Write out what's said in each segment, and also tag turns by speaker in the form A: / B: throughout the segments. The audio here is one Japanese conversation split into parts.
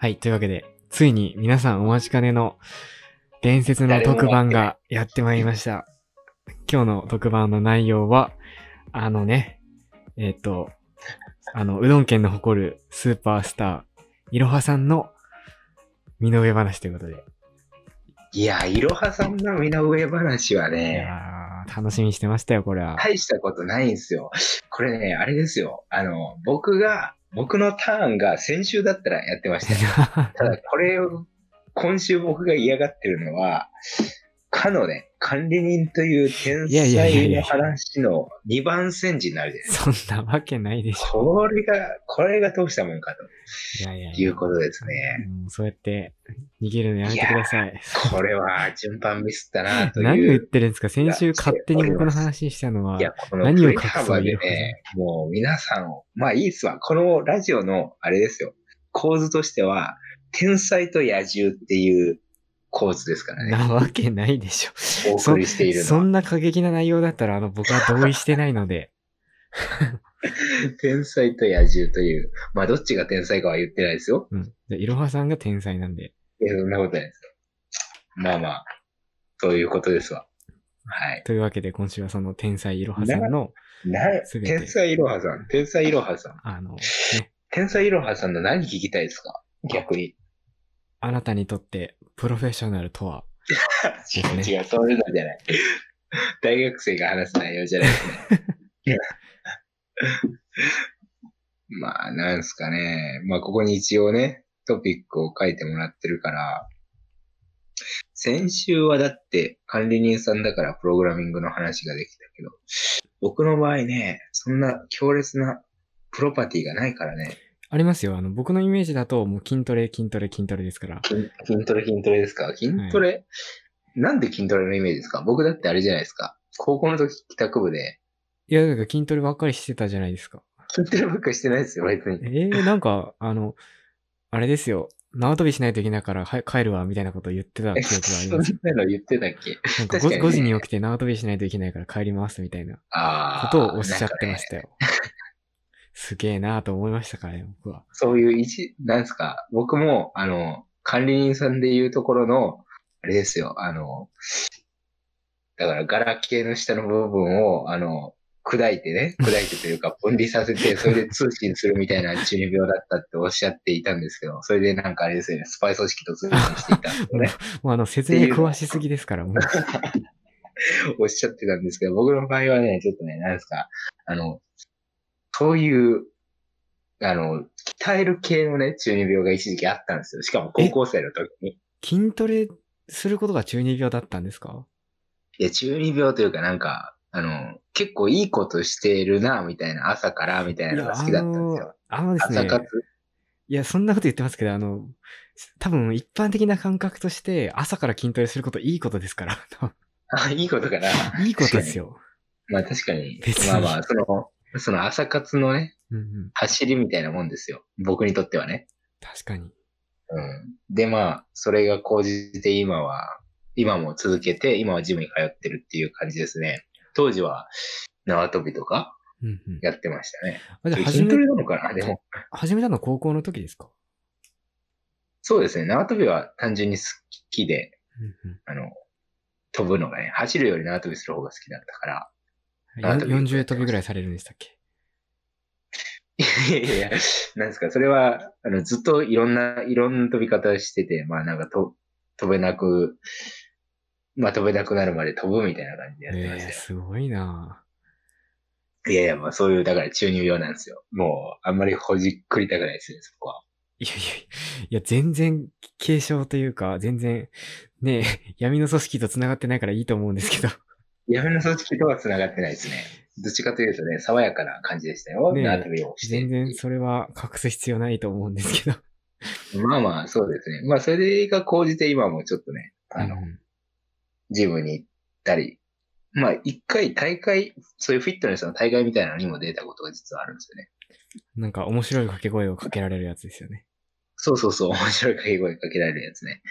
A: はい、というわけで、ついに皆さんお待ちかねの伝説の特番がやってまいりました。今日の特番の内容は、あのね、えっ、と、あの、うどん県の誇るスーパースター、いろはさんの身の上話ということで、
B: いや、いろはさんの身の上話はいね、
A: やー楽しみにしてましたよ、これは。
B: 大したことないんですよ。これね、あれですよ。あの、僕が、僕のターンが先週だったらやってました よ。ただ、これを、今週僕が嫌がってるのは、かのね、管理人という天
A: いやいやいやい
B: 才
A: や
B: の話の2番煎じになるじゃないですか。
A: そんなわけないでしょ。
B: これが、これがどうしたもんか
A: いやいや
B: ということですね。
A: もうそうやって逃げるのやめてください。
B: これは順番ミスったなという。
A: 何を言ってるんですか先週勝手に僕の話したのは。
B: いや、この
A: 何を隠
B: 振り幅でね、もう皆さんを、まあいいっすわ。このラジオの、あれですよ、構図としては、天才と野獣っていう構図ですからね。
A: なわけないでしょ。
B: お送りしている
A: そ
B: のは。
A: んな過激な内容だったら、あの、僕は同意してないので。
B: 天才と野獣という。まあどっちが天才かは言ってないですよ。
A: うん。でいろはさんが天才なんで。
B: いやそんなことないですよ。まあまあ、そういうことですわ。はい。
A: というわけで、今週はその天才いろはさんの、
B: な
A: すべて
B: 天才いろはさん、天才いろはさん。
A: あの、ね、
B: 天才いろはさんの何聞きたいですか逆に。
A: あなたにとってプロフェッショナルとは、
B: 違
A: すね
B: う違う、そういうのじゃない。大学生が話す内容じゃないですね。まあ、なんすかね。まあ、ここに一応ね、トピックを書いてもらってるから、先週はだって管理人さんだからプログラミングの話ができたけど、僕の場合ね、そんな強烈なプロパティがないからね、
A: ありますよ。あの、僕のイメージだと、もう筋トレ、筋トレ、筋トレですから。
B: 筋筋トレ筋トレですか筋トレ、なんで筋トレのイメージですか僕だってあれじゃないですか。高校の時帰宅部で、
A: いや、だから筋トレばっかりしてたじゃないですか。
B: 筋トレばっかりしてないですよ、別に。
A: ええ なんか、あの、あれですよ。縄跳びしないといけないから、はい、帰るわ、みたいなこと言ってた記憶 があり
B: そん
A: ます。
B: なの言ってたっけ
A: なんか 5,
B: 確かにね
A: 時に起きて縄跳びしないといけないから帰ります、みたいなこ
B: ああ。
A: とをおっしゃって
B: なん
A: ま
B: かね
A: したよ。 すげえなぁと思いましたからね、僕は。
B: そういう一、なんですか、僕も、あの、管理人さんで言うところの、あれですよ、あの、だから、ガラケーの下の部分を、あの、砕いてね、砕いてというか、分離させて、それで通信するみたいな中二病だったっておっしゃっていたんですけど、それでなんかあれですよね、スパイ組織と通信していたってね、
A: もうあの、説明詳しすぎですから、もう。
B: おっしゃってたんですけど、僕の場合はね、ちょっとね、なんですか、あの、そういう、あの、鍛える系のね、中二病が一時期あったんですよ。しかも高校生の時に。
A: 筋トレすることが中二病だったんですか
B: いや、中二病というかなんか、あの、結構いいことしてるな、みたいな、朝から、みたいなのが好きだったんですよ。
A: あのです
B: 朝
A: ね、
B: 活
A: いや、そんなこと言ってますけど、あの、多分一般的な感覚として、朝から筋トレすることいいことですから。
B: あ、いいことかな。
A: いいことですよ。
B: まあ確かに
A: 別。に
B: まあまあ、その、その朝活のね、
A: うんうん、
B: 走りみたいなもんですよ。僕にとってはね。
A: 確かに。
B: うん。で、まあ、それが講じて今は、今も続けて、今はジムに通ってるっていう感じですね。当時は縄跳びとか
A: うんうん、
B: やってましたね。
A: あじゃあ始
B: 筋
A: め
B: トレなのかなでも、
A: 始めたの高校の時ですか
B: そうですね。縄跳びは単純に好きで、あの、飛ぶのがね、走るより縄跳びする方が好きだったから。
A: よん
B: 縄跳び
A: 40飛びぐらいされるんでしたっけ
B: いやいやいや、なんですか、それは、あの、ずっといろんな、いろんな飛び方してて、まあなんかと、飛べなく、まあ飛べなくなるまで飛ぶみたいな感じでやってました
A: え
B: よ
A: ー、。すごいない
B: やいや、まあそういう、だから中二病なんですよ。もう、あんまりほじっくりたくないですね、そこは。
A: ぁいやいやいや、全然継承というか、全然、ね え、闇の組織と繋がってないからいいと思うんですけ ど。
B: 闇の組織とは繋がってないですね。どっちかというとね、爽やかな感じでしたよ。
A: ねえ
B: 縄跳びをして
A: 全。然それは隠す必要ないと思うんですけど。
B: まあまあ、そうですね。まあ、それが講じて今もちょっとね、あの、
A: うん
B: ジムに行ったり、まあ、一回大会、そういうフィットネスの大会みたいなのにも出たことが実はあるんですよね。
A: なんか面白い掛け声をかけられるやつですよね。
B: そうそうそう、面白い掛け声かけられるやつね。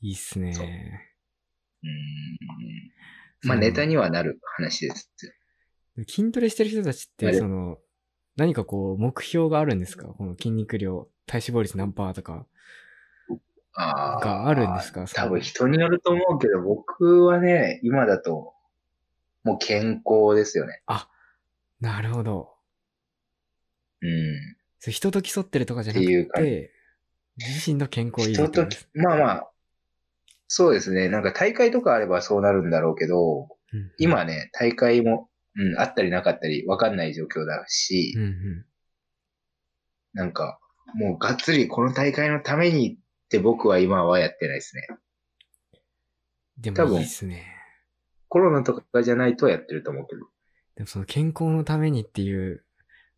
A: いいっすね
B: そう。うーん。
A: その
B: まあ、ネタにはなる話ですよ。
A: 筋トレしてる人たちっ
B: あ
A: て、
B: れ
A: その、何かこう、目標があるんですかこの筋肉量、体脂肪率何パーとか、
B: あー
A: があるんですか
B: 多分人によると思うけど、僕はね、今だと、もう健康ですよね。
A: なるほど。
B: うん。
A: それ人と競ってるとかじゃなく
B: っていう感
A: て、自身の健康をいい
B: 人と、まあまあ、そうですね。なんか大会とかあればそうなるんだろうけど、
A: うん、
B: 今ね、大会も、うん、あったりなかったり、わかんない状況だし、
A: うんうん。
B: なんか、もうがっつりこの大会のためにって僕は今はやってないですね。
A: で
B: 多
A: もいい
B: 分
A: ですね。
B: コロナとかじゃないとやってると思うけど。
A: でもその健康のためにっていう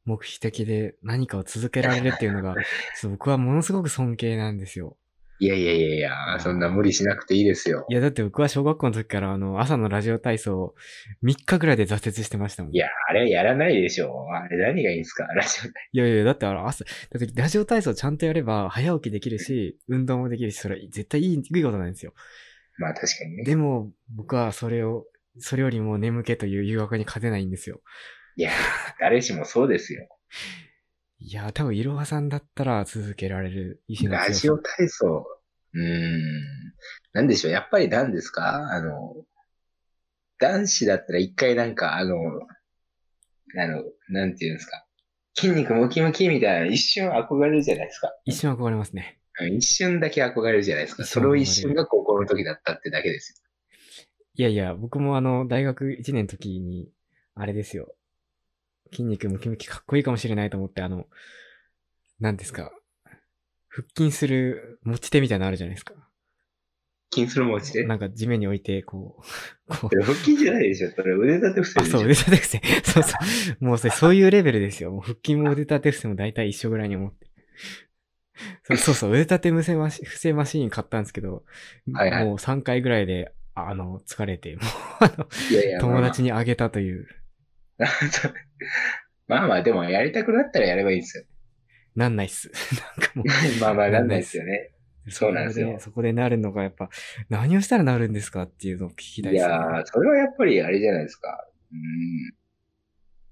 A: 目的で何かを続けられるっていうの が、そう僕はものすごく尊敬なんですよ。
B: いやいやいやいや、そんな無理しなくていいですよ
A: い。や、だって僕は小学校の時からあの、朝のラジオ体操を3日ぐらいで挫折してましたもん。
B: いや、あれはやらないでしょ。あれ何がいいんですかラジオ
A: いやいや、だってあの朝、だってラジオ体操ちゃんとやれば早起きできるし、運動もできるし、それは絶対いい、いいことなんですよ。
B: まあ確かにね。
A: でも、僕はそれを、それよりも眠気という誘惑に勝てないんですよ。
B: いや、誰しもそうで すよ。
A: いや、多分、いろはさんだったら続けられる意志の強さ。
B: ラジオ体操。うーん。なんでしょう。やっぱり何ですかあの、男子だったら一回なんか、あの、あの、なんていうんですか。筋肉ムキムキみたいな一瞬憧れるじゃないですか。
A: 一瞬憧れますね。
B: 一瞬だけ憧れるじゃないですか。
A: 一
B: そ
A: 瞬憧
B: れを
A: れる
B: 一瞬が高校の時だったってだけです
A: いやいや、僕もあの、大学1年の時に、あれですよ。筋肉ムキムキかっこいいかもしれないと思って、あの、何ですか。腹筋する持ち手みたいなのあるじゃないですか。
B: よ。筋する持ちで。
A: なんか地面に置いて、こ う、こう
B: そ、れ腹筋じゃないでしょ。それ腕立て伏せ
A: あ、
B: でしょ。
A: そう、腕立て伏せ。 そうそう。もうそれ、そういうレベルですよ。もう腹筋も腕立て伏せも大体一緒ぐらいに思って。そうそうそう、腕立て伏せマシ伏せマシーン買ったんですけど、
B: はいはい
A: もう3回ぐらいで、ああの、疲れて、もう、あの、
B: いやいや、まあまあ
A: 友達にあげたという。
B: まあまあ、でもやりたくなったらやればいいんですよ。
A: なんないっ す。なんかも
B: まあまあ、なんないですよね。
A: う、
B: そうなんですよ
A: そこそこでなるのがやっぱ、何をしたらなるんですかっていうのを聞きたい
B: い
A: です、ね。
B: やー、それはやっぱりあれじゃないですか。うん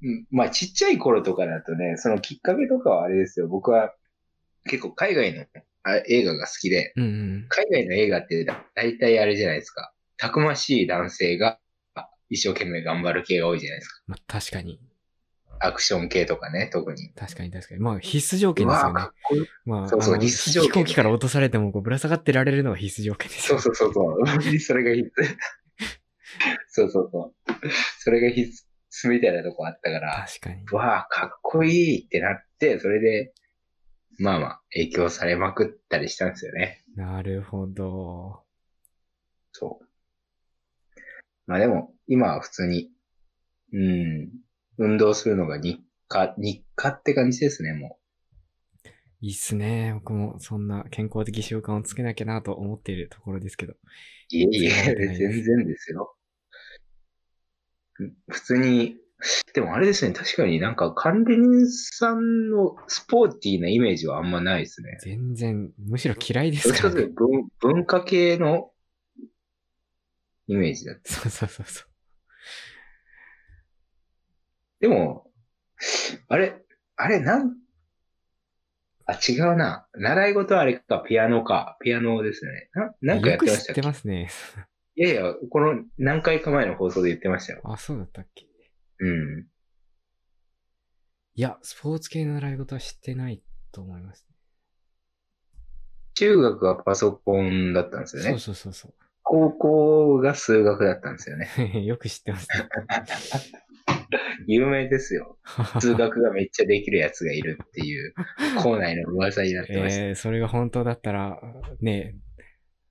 B: うん。まあ、ちっちゃい頃とかだとね、そのきっかけとかはあれですよ。僕は結構海外のあ映画が好きで、
A: うんうん。
B: 海外の映画ってだ大体あれじゃないですか。たくましい男性があ一生懸命頑張る系が多いじゃないですか。
A: まあ、確かに。
B: アクション系とかね、特に。
A: 確かに確かに。まあ、必須条
B: う
A: 件です
B: わ
A: よ
B: ー
A: ね
B: か。っこいい。
A: まあ、
B: そうそう
A: あの
B: 必須条件
A: 飛行機から落とされてもこうぶら下がってられるのが必須条件です
B: そ
A: よ。
B: うそうそうそう。本当にそれが必須。 そうそうそう。それが必須みたいなとこあったから。
A: 確かに。
B: わあ、かっこいいってなって、それで、まあまあ、影響されまくったりしたんですよね。
A: なるほど。
B: そう。まあでも、今は普通に、うん、運動するのが日課、日課って感じですね、も
A: いいっすね。僕もそんな健康的習慣をつけなきゃなと思っているところですけど。
B: う。いえいえ、
A: そうなんです
B: 全然ですよ。うん普通に、でもあれですね、確かになんか管理人さんのスポーティーなイメージはあんまないですね。
A: 全然、むしろ嫌いで
B: ど
A: す
B: っち
A: か、
B: からとい
A: ね
B: う。と文文化系のイメージだった。
A: そうそうそうそう。
B: でも、あれ、あれ、なん、あ、違うな。習い事はあれか、ピアノか。ピアノですよね。な、なんかや
A: よ
B: っ
A: く
B: てま
A: 知
B: した
A: っ
B: っけ
A: てますね。
B: いやいや、この何回か前の放送で言ってましたよ。
A: あ、そうだったっけ
B: うん。
A: いや、スポーツ系の習い事は知ってないと思います。
B: 中学がパソコンだったんですよ
A: そう
B: ね。
A: そうそうそ
B: 高校が数学だったんですよね。
A: う。 よく知ってます ね。
B: 有名ですよ。数学がめっちゃできるやつがいるっ ていう、校内の噂になってました。
A: えー、それが本当だったら、ねえ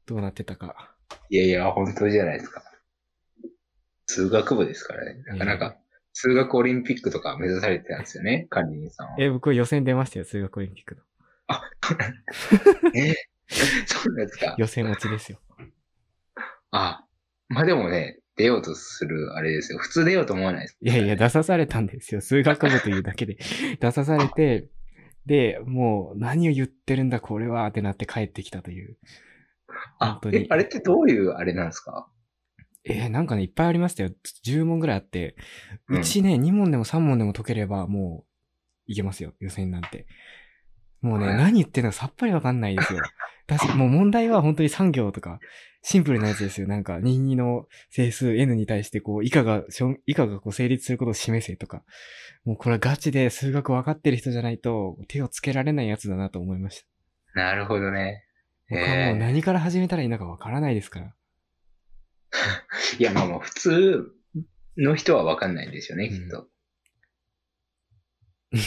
A: どうなってたか。
B: いやいや、本当じゃないですか。数学部ですからね。なかなか、数学オリンピックとか目指されてたんですよね、管理人さんは。
A: え、僕予選出ましたよ、数学オリンピックの。
B: えそうなんですか。
A: 予選落ちですよ。
B: あ、まあでもね、出ようとする、あれですよ。普通出ようと思わないです。
A: いやいや、出さされたんですよ。数学部というだけで。 出さされて、で、もう何を言ってるんだこれはってなって帰ってきたという。
B: あ
A: 本当に
B: え、あれってどういうあれなんですか
A: えーなんかね、いっぱいありましたよ。10問ぐらいあって。
B: うん
A: うちね、2問でも3問でも解ければもういけますよ。予選なんて。もうね、
B: はい
A: 何言ってんのかさっぱりわかんないですよ。確かもう問題は本当に産業とか、シンプルなやつですよ。なんか、任意の整数 n に対して、こう、以下が、しょ以下がこう成立することを示せとか。もうこれはガチで数学分かってる人じゃないと、手をつけられないやつだなと思いました。
B: なるほどね。
A: 僕はもう何から始めたらいいのか分からないですから。
B: いや、まあまあ、普通の人はわかんないですよね、きっと。な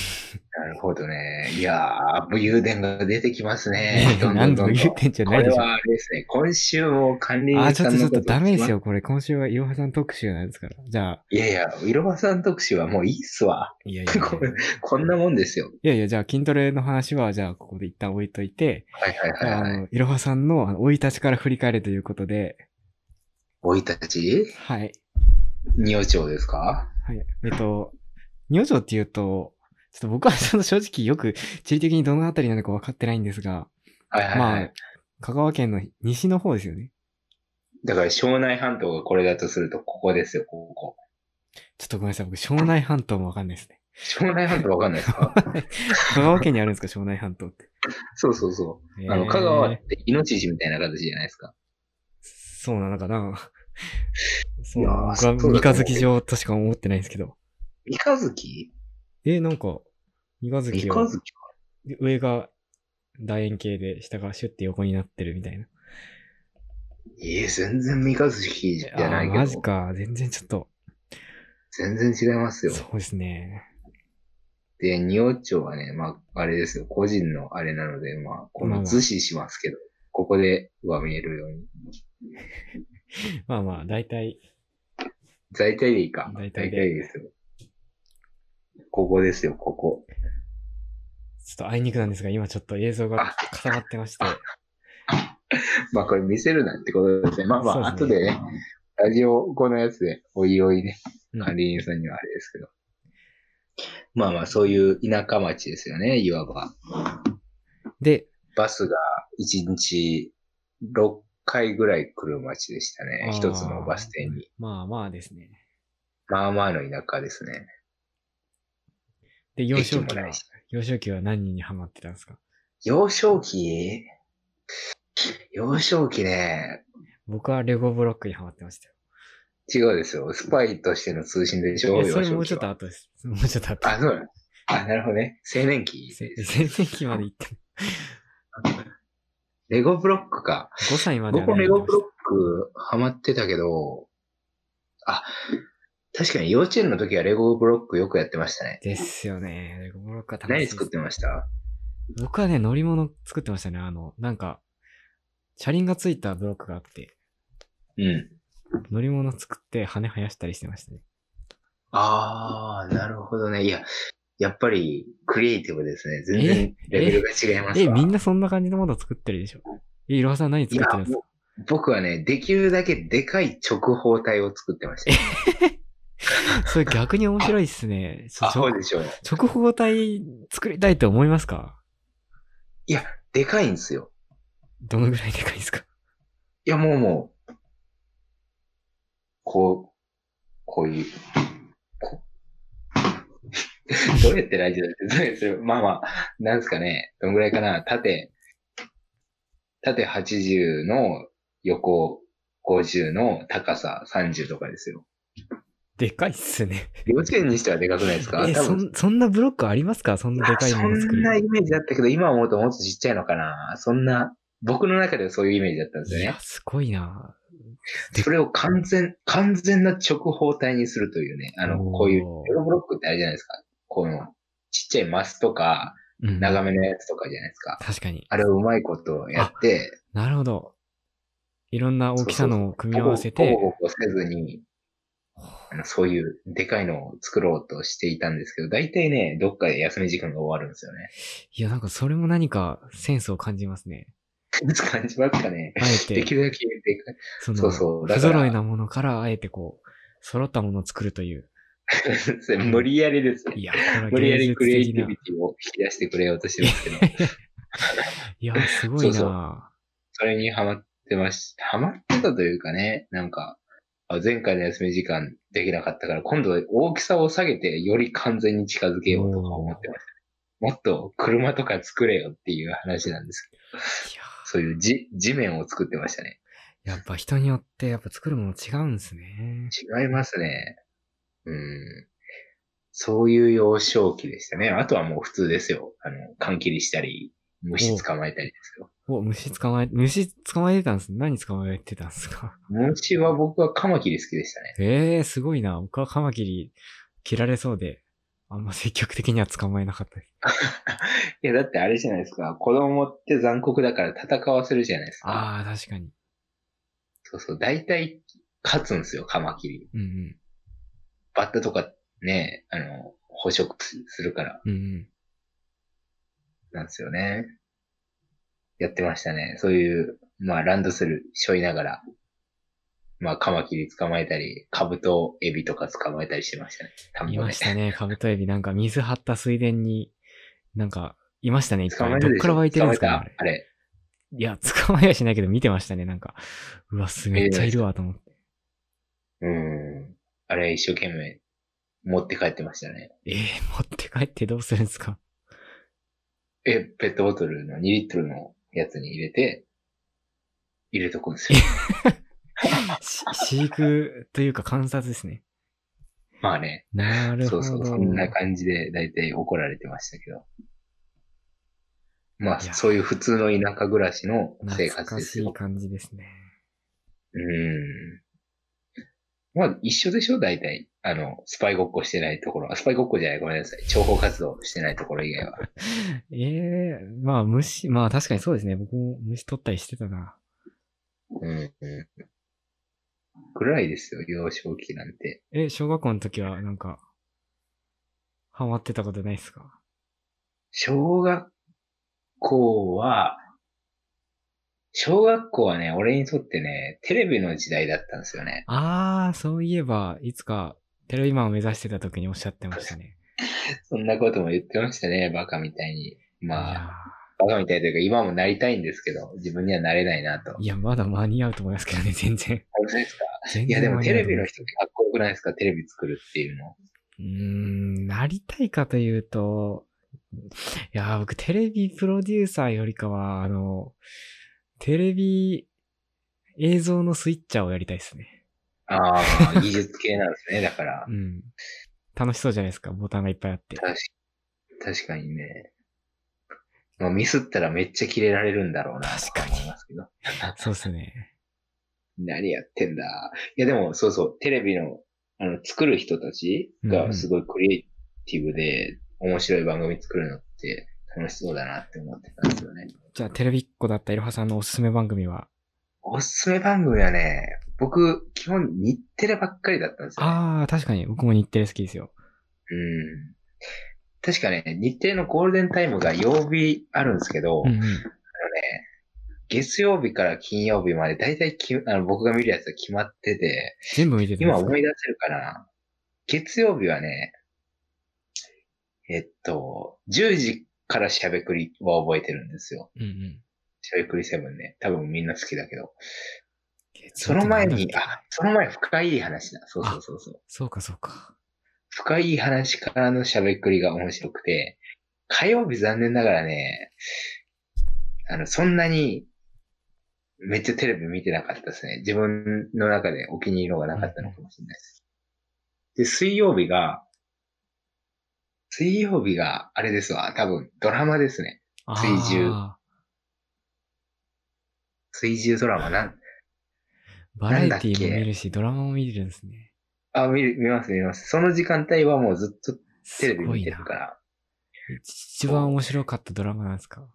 B: るほどね。いやー、武勇伝が出てきますね。
A: いや
B: どんど
A: 何
B: ん
A: 度
B: ど
A: も
B: んどん
A: 言ってんじゃないでし
B: こ
A: ょ
B: れ。はあれですね、今週も管理人
A: あ
B: さん
A: ー、
B: の
A: ちょっとちょっと
B: こ
A: ダメですよ。これ、今週はイロハさん特集なんですから。じゃあ、
B: いやいや、いろはさん特集はもういいっすわ。
A: い やいやいや
B: これこんなもんですよ。
A: いやいや、じゃあ筋トレの話は、じゃあここで一旦置いといて、
B: はいはい
A: じゃあ
B: は
A: あ
B: い、はい。
A: の、いろはさんのあの生い立ちから振り返るということで、
B: おいたち、
A: はい。
B: 仁王町ですか
A: はい。えっと、女女っていうと、ちょっと僕はちょっと正直よく地理的にどのあたりなのか分かってないんですが、
B: はいはいはい。
A: まあ、香川県の西の方ですよね。
B: だから、庄内半島がこれだとすると、ここですよ、ここ。
A: ちょっとごめんなさい。僕、庄内半島も分かんないですね。
B: 庄内半島わかんないで すか
A: 香川県にあるんですか、庄内半島って。
B: そうそうそう。あ
A: え
B: の、
A: ー
B: 香川ってイノシシみたいな形じゃないですか。
A: そうなのか なそう
B: いやー
A: 僕
B: そうだと
A: は
B: 思
A: 三
B: う
A: 日月城としか思ってないんですけど。
B: 三日月
A: えー、なんか、三日
B: 三
A: 月
B: 日
A: を
B: 月か。
A: で上が楕円形で、下がシュッて横になってるみたいな。
B: ええ全然三日月じゃ
A: あ
B: な
A: ー
B: い
A: マ
B: け
A: ジ
B: ど。
A: か。全然ちょっと。
B: 全然違いますよ。
A: そうですね。
B: で、仁王町はね、まあ、あれですよ。個人のあれなので、まあ、こ
A: まあま
B: の
A: あ
B: 図示しますけど、ここでは見えるように。
A: まあまあ、大体、
B: 大体でいいか。
A: 大
B: 大
A: 体
B: 体
A: で
B: ですよ。ここですよ、ここ。
A: ちょっとあいにくなんですが、今ちょっと映像が
B: あ
A: 固まってまして。
B: まあ、これ見せるなってことですね。まあまあ、
A: そ
B: 後
A: うす
B: でね、ラジオこのやつで、おいおいね
A: うん、
B: 管理人さんにはあれですけど。まあまあ、そういう田舎町ですよね、いわば。
A: で、
B: バスが1日6回ぐらい来る町でしたね。
A: あー
B: 一つのバス停に。
A: まあまあですね。
B: まあまあの田舎ですね。
A: で、幼少期
B: 駅もな
A: は、
B: いし
A: 幼少期は何人にハマってたんですか
B: 幼少期幼少期ね、
A: 僕はレゴブロックにハマってましたよ。
B: 違うですよ。スパイとしての通信でしょ、
A: いやそれ
B: 幼
A: も
B: 少
A: うち
B: 期
A: ょっと
B: は。
A: 後です。もうちょっと後。
B: あ、そうだ。あ、なるほどね。青年期です
A: せ
B: ね
A: 全然期まで行ってない、
B: レゴブロックか。
A: 5歳までは
B: 僕も
A: 何
B: レ
A: やっ
B: ゴ
A: てまし
B: ブロックハマってたけど、あ、確かに幼稚園の時はレゴブロックよくやってましたね。
A: たですよね。レゴブロックは楽しい
B: 何
A: です
B: 作ってました
A: 僕はね、乗り物作ってましたね。あの、なんか、車輪がついたブロックがあって、
B: うん。
A: 乗り物作って羽生やしたりしてましたね。
B: あー、なるほどね。いや、やっぱりクリエイティブですね。全然
A: え
B: レベルが違います
A: え、みん
B: な
A: なそんな感じのもの作ってるでしょえ、いろはさん何
B: い
A: 作
B: や
A: ってるんですか
B: もう僕はね、できるだけでかい直方体を作ってました。
A: それ逆に面白いっすね。そ
B: あ、
A: そ
B: そうでしょう。
A: 直方体作りたいと思いますか
B: いや、でかいんですよ。
A: どのぐらいでかいですか
B: いや、もうもう、こう、こういう、こ どうやってラジオで説明するまあまあ、なんですかね、どんぐらいかな、縦、縦80の横50の高さ30とかですよ。
A: でかいっすね。
B: 幼稚園にしてはでかくないですか
A: え、
B: 多
A: そ
B: 分
A: ん、そんなブロックありますかそんなでかいもの作
B: そんなイ
A: る。
B: メージだったけど、今思うともっとちっちゃいのかな。そんな、僕の中ではそういうイメージだったんですよ
A: い
B: ね
A: や、。すごいな
B: それを完全、完全な直方体にするというね、あの、
A: おー
B: こういう、エロブロックってあれじゃないですか。この、ちっちゃいマスとか、
A: うん。
B: 長めのやつとかじゃないですか。
A: 確かに。
B: あれをうまいことやって、
A: なるほど。いろんな大きさのを組み合わせ
B: ボ
A: て
B: コ、ボコボコせずに、あのそういうでかいのを作ろうとしていたんですけど、大体ね、どっかで休み時間が終わるんですよね。
A: いや、なんかそれも何かセンスを感じますね。
B: 感じますかね。
A: あえ
B: でき
A: て、
B: るだけでかい。
A: その、
B: そうそうだ
A: 不
B: から
A: 揃いなものから、あえてこう、揃ったものを作るという。
B: 無理やりですね。
A: いや、これは
B: 無理や
A: 芸
B: り
A: 術
B: クリエイ
A: 的
B: ティ
A: な。
B: ビ
A: い
B: ティを引き出してくれようとしてますけ ど。
A: や、すごい
B: そう
A: な
B: それにハマってまし、ハマってたというかね、なんか、あ前回の休み時間できなかったから、今度は大きさを下げて、より完全に近づけようとか思ってました。もっと車とか作れよっていう話なんですけど、
A: いや
B: そういう地、地面を作ってましたね。
A: やっぱ人によって、やっぱ作るもの違うんですね。
B: 違いますね。うん。そういう幼少期でしたね。あとはもう普通ですよ。あの、缶切りしたり、虫捕まえたりですよ。
A: お、虫捕まえ、虫捕まえてたんです何捕まえてたんですか
B: 虫は僕はカマキリ好きでしたね。
A: ええー、すごいな。僕はカマキリ切られそうで、あんま積極的には捕まえなかったです。
B: いや、だってあれじゃないですか。子供って残酷だから戦わせるじゃないですか。
A: ああ、確かに。
B: そうそう。大体、勝つんですよ、カマキリ。
A: うんうん。
B: バッタとかね、あの、捕食すするから、
A: うんうん。
B: なんですよね。やってましたね。そういう、まあ、ランドセル背負いながら、まあ、カマキリ捕まえたり、カブトエビとか捕まえたりしてましたね。田んぼ
A: い
B: で
A: ましたね、カブトエビ。なんか水張った水田に、なんか、いましたね、いっ
B: 捕
A: ぱ
B: まえ
A: い。ど
B: る
A: っ
B: でしょ
A: から湧いてるんですか、ね、
B: 捕ま
A: あれ
B: えたあれ。
A: いや、捕まえはしないけど見てましたね、なんか。うわ、すめっちゃいるわ、と思って。
B: うん。あれ一生懸命持って帰ってましたね。
A: えー、持って帰ってどうするんですか
B: え、ペットボトルの2リットルのやつに入れて、入れとく んですよ。
A: し飼育というか観察ですね。
B: まあね。
A: なる
B: そ
A: ほど。
B: うそう、そんな感じで大体怒られてましたけど。まあ、
A: いや
B: そういう普通の田舎暮らしの生
A: 懐
B: 活
A: か
B: です
A: しい
B: よ。
A: 感じですね。
B: うん。まあ、一緒でしょ大体。あの、スパイごっこしてないところ。あスパイごっこじゃない、ごめんなさい。諜報活動してないところ以外は。
A: ええー、まあ虫、まあ確かにそうですね。僕も虫取ったりしてたな。
B: うん、うん。ぐらいですよ、幼少期なんて。
A: え、小学校の時はなんか、ハマってたことないですか
B: 小学校は、小学校はね、俺にとってね、テレビの時代だったんですよね。
A: あー、そういえば、いつかテレビマンを目指してた時におっしゃってましたね。
B: そんなことも言ってましたね、バカみたいに。
A: い
B: まあ、
A: や
B: バカみたいというか、今もなりたいんですけど、自分にはなれないなと
A: ー。いや、まだ間に合うと思いますけどね、 全然。
B: 本当ですか
A: 全然
B: いや、でも
A: 間に
B: テ
A: 合う
B: レ
A: と思
B: ビ
A: いま
B: の
A: す
B: 人ってかっこよくないですかテレビ作るっていうの。
A: うーん、なりたいかというと、いやー、僕テレビプロデューサーよりかは、あの、テレビ映像のスイッチャーをやりたいですね。
B: ああ、技術系なんですね、 だから
A: う。ん。楽しそうじゃないですか、ボタンがいっぱいあって。
B: 確確かにね。まあ、ミスったらめっちゃキレられるんだろうな、
A: 確かに
B: 思いますけど。
A: そうですね。
B: 何やってんだ。いや、でも、そうそう、テレビの、あの、作る人たち
A: うんう
B: が
A: ん
B: すごいクリエイティブで、面白い番組作るのって楽しそうだなって思ってたんですよね。
A: じゃあ、テレビっ子だったいろはさんのおすすめ番組は
B: おすすめ番組はね、僕、基本日テレばっかりだったんですよ、ね。
A: あー、確かに、僕も日テレ好きですよ。
B: うん。確かね、日テレのゴールデンタイムが曜日あるんですけど、
A: うんう
B: あの
A: ん。、
B: ね月曜日から金曜日まで、だいたいきあの僕が見るやつは決まってて、
A: 全部見てたんで
B: 今
A: すか
B: 思い出せるかな月曜日はね、えっと、10時からしゃべくりは覚えてるんですよ。
A: うんうん。
B: しゃべくりセブンね。多分みんな好きだけど。
A: 月
B: そ
A: 曜
B: の
A: 日な
B: 前
A: んだっけ
B: に、あ、その前深い話だ。そうそうそうそう。
A: そうかそうか。
B: 深い話からのしゃべくりが面白くて、火曜日残念ながらね、あの、そんなに、めっちゃテレビ見てなかったですね。自分の中でお気に入りのがなかったのかもしれないです。で、水曜日が、水曜日が、あれですわ、多分ドラマですね。追従
A: あ
B: 水中ドラマなん、
A: ーバラエティ
B: なんだっ
A: ー
B: け
A: も見るし、ドラマも見るんですね。
B: あ、見る、見ます、見ます。その時間帯はもうずっとテレビ見
A: す
B: てる
A: ごいな
B: から。
A: 一番面白かったドラマなんですか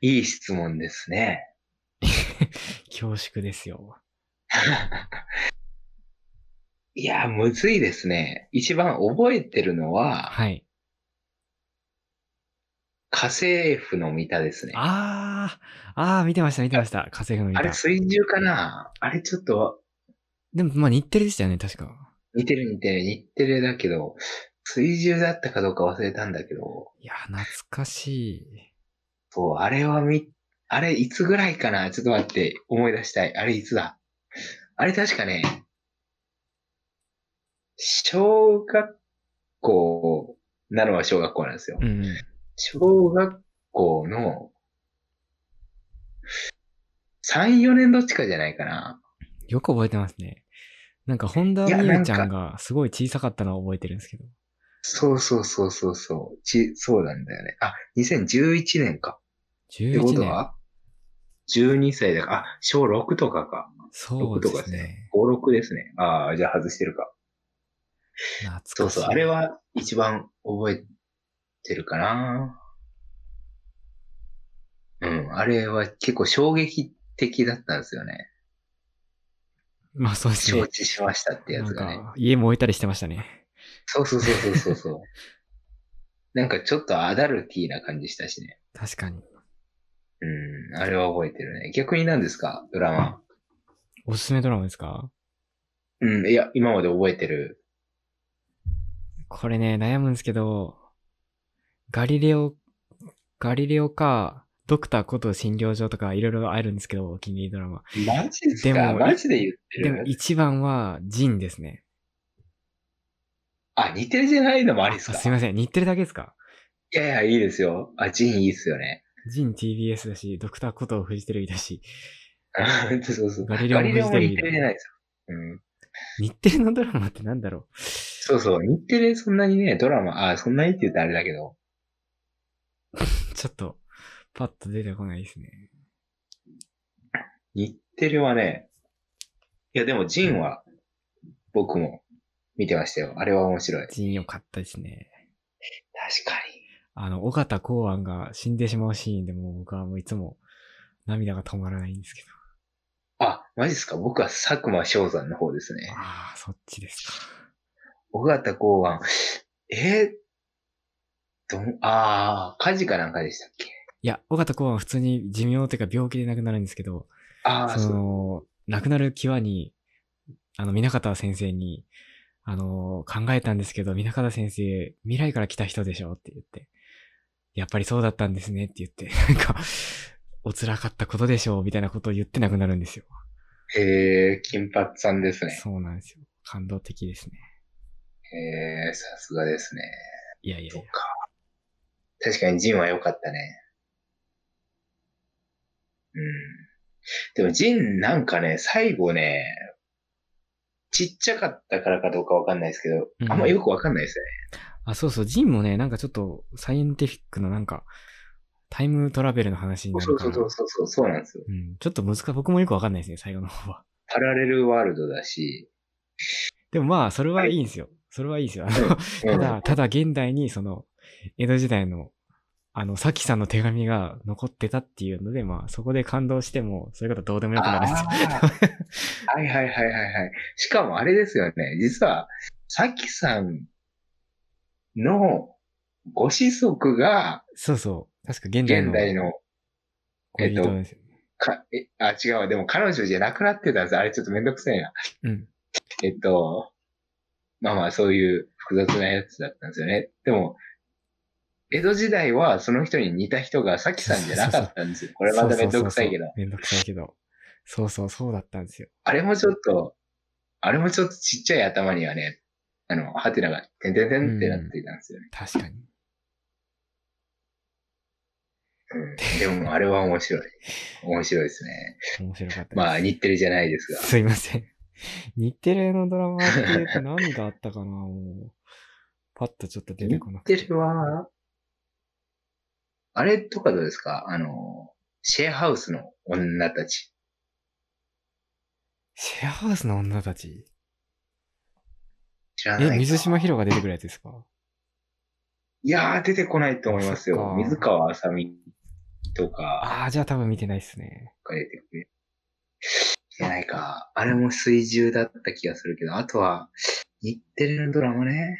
B: いい質問ですね。
A: 恐縮ですよ。
B: いやー、むずいですね。一番覚えてるのは、
A: はい。
B: 家政婦のミタですね。あ
A: あー、あー、見てました、見てました。家政婦の見た
B: れ、水中かなあれ、ちょっと、
A: でも、まあ、日テレでしたよね、確か。
B: 似てる似てる、似てるだけど、水中だったかどうか忘れたんだけど、
A: いや、懐かしい。
B: そう、あれはみ、あれ、いつぐらいかなちょっと待って、思い出したい。あれ、いつだあれ、確かね、小学校なのは小学校なんですよ。
A: うんうん。
B: 小学校の、3、4年どっちかじゃないかな。
A: よく覚えてますね。なんか、本田
B: いや
A: 美
B: な
A: 優
B: ん
A: ち
B: か
A: ゃんがすごい小さかったのは覚えてるんですけど。
B: そうそうそうそうそう。ち、そうなんだよね。あ、2011年か。って
A: 11
B: こと
A: 年。
B: は ?12 歳だから、あ、小6とかか。
A: そう
B: 6
A: で
B: とかです
A: す
B: ね
A: ね。。
B: 5、6ですね。ああ、じゃあ外してるか。
A: 懐かしい。
B: そうそう。あれは一番覚えてるかな。うん。あれは結構衝撃的だったんですよね。
A: まあそうですね
B: 承。知しましたってや
A: な
B: つ
A: ん
B: がね。
A: か、家燃えたりしてましたね。
B: そうそうそうそうそうそう。 なんかちょっとアダルティーな感じしたしね。
A: 確かに。
B: うん。あれは覚えてるね。逆に何ですかドラマ。
A: おすすめドラマですか
B: うん。いや、今まで覚えてる。
A: これね、悩むんですけど、ガリレオ、ガリレオか、ドクターこと診療所とかいろいろあるんですけど、お気に入りドラマ。
B: マジです
A: で
B: か
A: も
B: マジで言って
A: でも
B: る
A: 一番は、ジンですね。
B: あ、似てるじゃないのもありですか
A: すいません、似てるだけですか
B: いやいや、いいですよ。あ、ジンいいっすよね。
A: ジン TBS だし、ドクターことフジテレビだし、
B: そうそう。
A: ガリレオもフジテレビだ
B: ガリレオも似てるじゃないですよ。うん。
A: 日テレのドラマってなんだろう
B: そうそう。日テレそんなにね、ドラマ、あ、そんなにって言うとあれだけど。
A: ちょっと、パッと出てこないですね。
B: 日テレはね、いやでもジンは、僕も見てましたよ。あれは面白い。確
A: ジン良かったですね。
B: か
A: あの、尾形公安が死んでしまうシーンでもう僕はもういつも涙が止まらないんですけど。
B: に。あ、マジですか僕は佐久間翔山の方ですね。
A: ああ、そっちですか。
B: 小形公安、えー、どん、あー、火事かなんかでしたっけ
A: いや、尾形公安は普通に寿命というか病気で亡くなるんですけど、
B: あー、
A: そ
B: そう。
A: の、亡くなる際に、あの、南方先生に、あの、考えたんですけど、南方先生、未来から来た人でしょって言って、やっぱりそうだったんですねって言って、なんか、お辛かったことでしょうみたいなことを言って亡くなるんですよ。
B: えー、金髪さんですね。
A: そうなんですよ。感動的ですね。
B: えー、さすがですね。
A: いやいやい
B: そ
A: や
B: っ。か。確かにジンは良かったね。うん。でもジンなんかね、最後ね、ちっちゃかったからかどうかわかんないですけど、
A: うん
B: あんまよくわかんないですよね。
A: あ、そうそう、ジンもね、なんかちょっと、サイエンティフィックのなんか、タイムトラベルの話にな
B: そ
A: る
B: う
A: か
B: そ
A: ら。
B: うそうそうそう、そうなんですよ。
A: うん、ちょっと難しい。僕もよくわかんないですね、最後の方は。
B: パラレルワールドだし、
A: でもまあ、それはいいんですよ。それはいいですよ。あの、
B: う
A: た
B: ん
A: だ、ただ現代に、その、江戸時代の、あの、さきさんの手紙が残ってたっていうので、まあ、そこで感動しても、そういうことはどうでもよくなるんですよ。
B: あーはいはいはいはいはい。しかもあれですよね。実は、さきさんのご子息が
A: そうそう。確か現代
B: 現
A: の
B: 代の、
A: 恋人ですよね。
B: か、え、あ、違うわ。でも彼女じゃなくなってたんです。あれちょっとめんどくさいな。
A: うん。
B: えっと、まあまあそういう複雑なやつだったんですよね。でも、江戸時代はその人に似た人がさきさんじゃなかったんですよ。これまためんどくさいけど
A: そうそうそうそう。めんどくさいけど。そうそう、そうだったんですよ。
B: あれもちょっと、あれもちょっとちっちゃい頭にはね、あの、ハテナがてんてんてんってなっていたんですよね。
A: 確かに。
B: うん。でもあれは面白い。面白いですね。
A: 面白かったです。
B: まあ日テレじゃないですが。
A: すいません。 日テレのドラマって言うと何があったかなもう。パッとちょっと出て
B: 日
A: こなくて。
B: テレは、あれとかどうですかあの、シェアハウスの女たち。
A: シェアハウスの女たち。
B: 知らないか
A: え、水島ひろが出てくるやつですか
B: いやー、出てこないと思います
A: そっ
B: よ
A: か。
B: 水川あさみとか、
A: ああ、じゃあ多分見てないっすね。
B: が出てくる。じゃないか。あれも水中だった気がするけど、あとは、日テレのドラマね。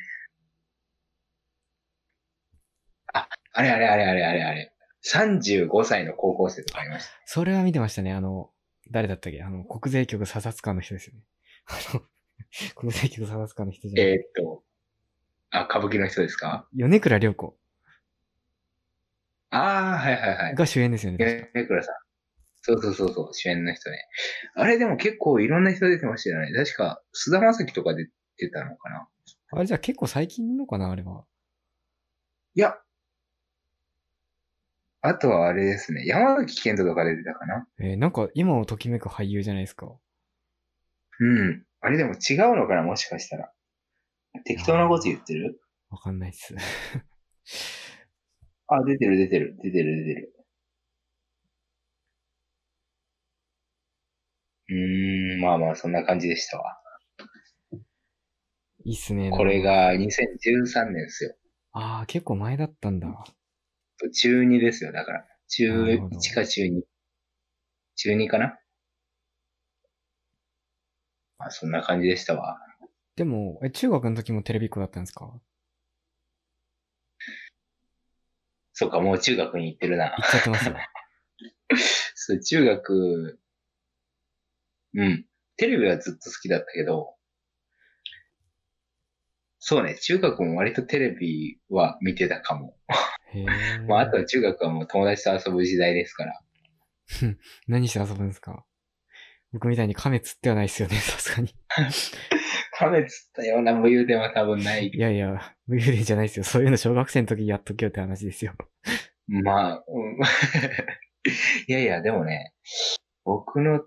B: あ、あれあれあれあれあれあれ。35歳の高校生とかありました。
A: それは見てましたね。あの、誰だったっけあの、国税局査察官の人ですよね。 あの、国税局査察官の人じゃない。
B: えーっと、あ、歌舞伎の人ですか
A: 米倉涼子
B: ああ、はいはいはい。
A: が主演ですよね。確か
B: 米倉さん。そうそうそうそう、主演の人ね。あれでも結構いろんな人出てましたよね。確か、菅田将暉とか出てたのかな。
A: あれじゃあ結構最近のかなあれは。
B: いや、あとはあれですね、山崎賢人とか出てたかな。
A: えーなんか今をときめく俳優じゃないですか。
B: うん。あれでも違うのかなもしかしたら。適当なこと言ってる
A: わかんないっす。
B: あ、出てる出てる、出てる出てる。うーん、まあまあそんな感じでしたわ。
A: いいっすね。
B: これ。が2013年ですよ。
A: ああ、結構前だったんだ。
B: 中2ですよ、だから。中
A: なるほど
B: 1か中2。中2かなまあそんな感じでしたわ。
A: でも、え、中学の時もテレビっ子だったんですか
B: そうか、もう中学に行ってるな。
A: 行っちゃってますよ。
B: そう、中学、うん。テレビはずっと好きだったけど、そうね、中学も割とテレビは見てたかも。
A: へえ。
B: まあ、あとは中学はもう友達と遊ぶ時代ですから。
A: 何して遊ぶんですか僕みたいに亀釣ってはないっすよね、 さすがに。
B: 亀釣ったような武勇では多分ない
A: い。やいや、無理じゃないですよ。そういうの小学生の時やっとけよって話ですよ。
B: まあ、うん いやいや、でもね、僕の、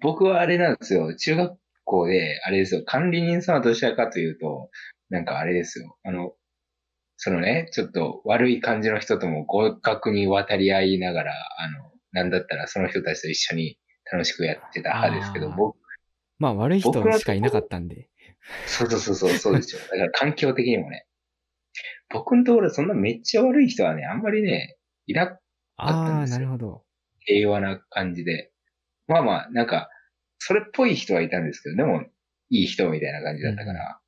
B: 僕はあれなんですよ。中学校で、あれですよ。管理人さんはどちらかというと、なんかあれですよ。あの、そのね、ちょっと悪い感じの人とも合格に渡り合いながら、あの、なんだったらその人たちと一緒に楽しくやってた派ですけど、
A: あー
B: 僕、
A: まあ悪い人しかいなかったんで。
B: そうそうそうそう、そうですよ。だから環境的にもね。僕のところそんなめっちゃ悪い人はね、あんまりね、いなだった
A: あ
B: ん
A: あ
B: で
A: ー、
B: すよ
A: なるほど。
B: 平和な感じで。まあまあ、なんか、それっぽい人はいたんですけど、でも、いい人みたいな感じだったから、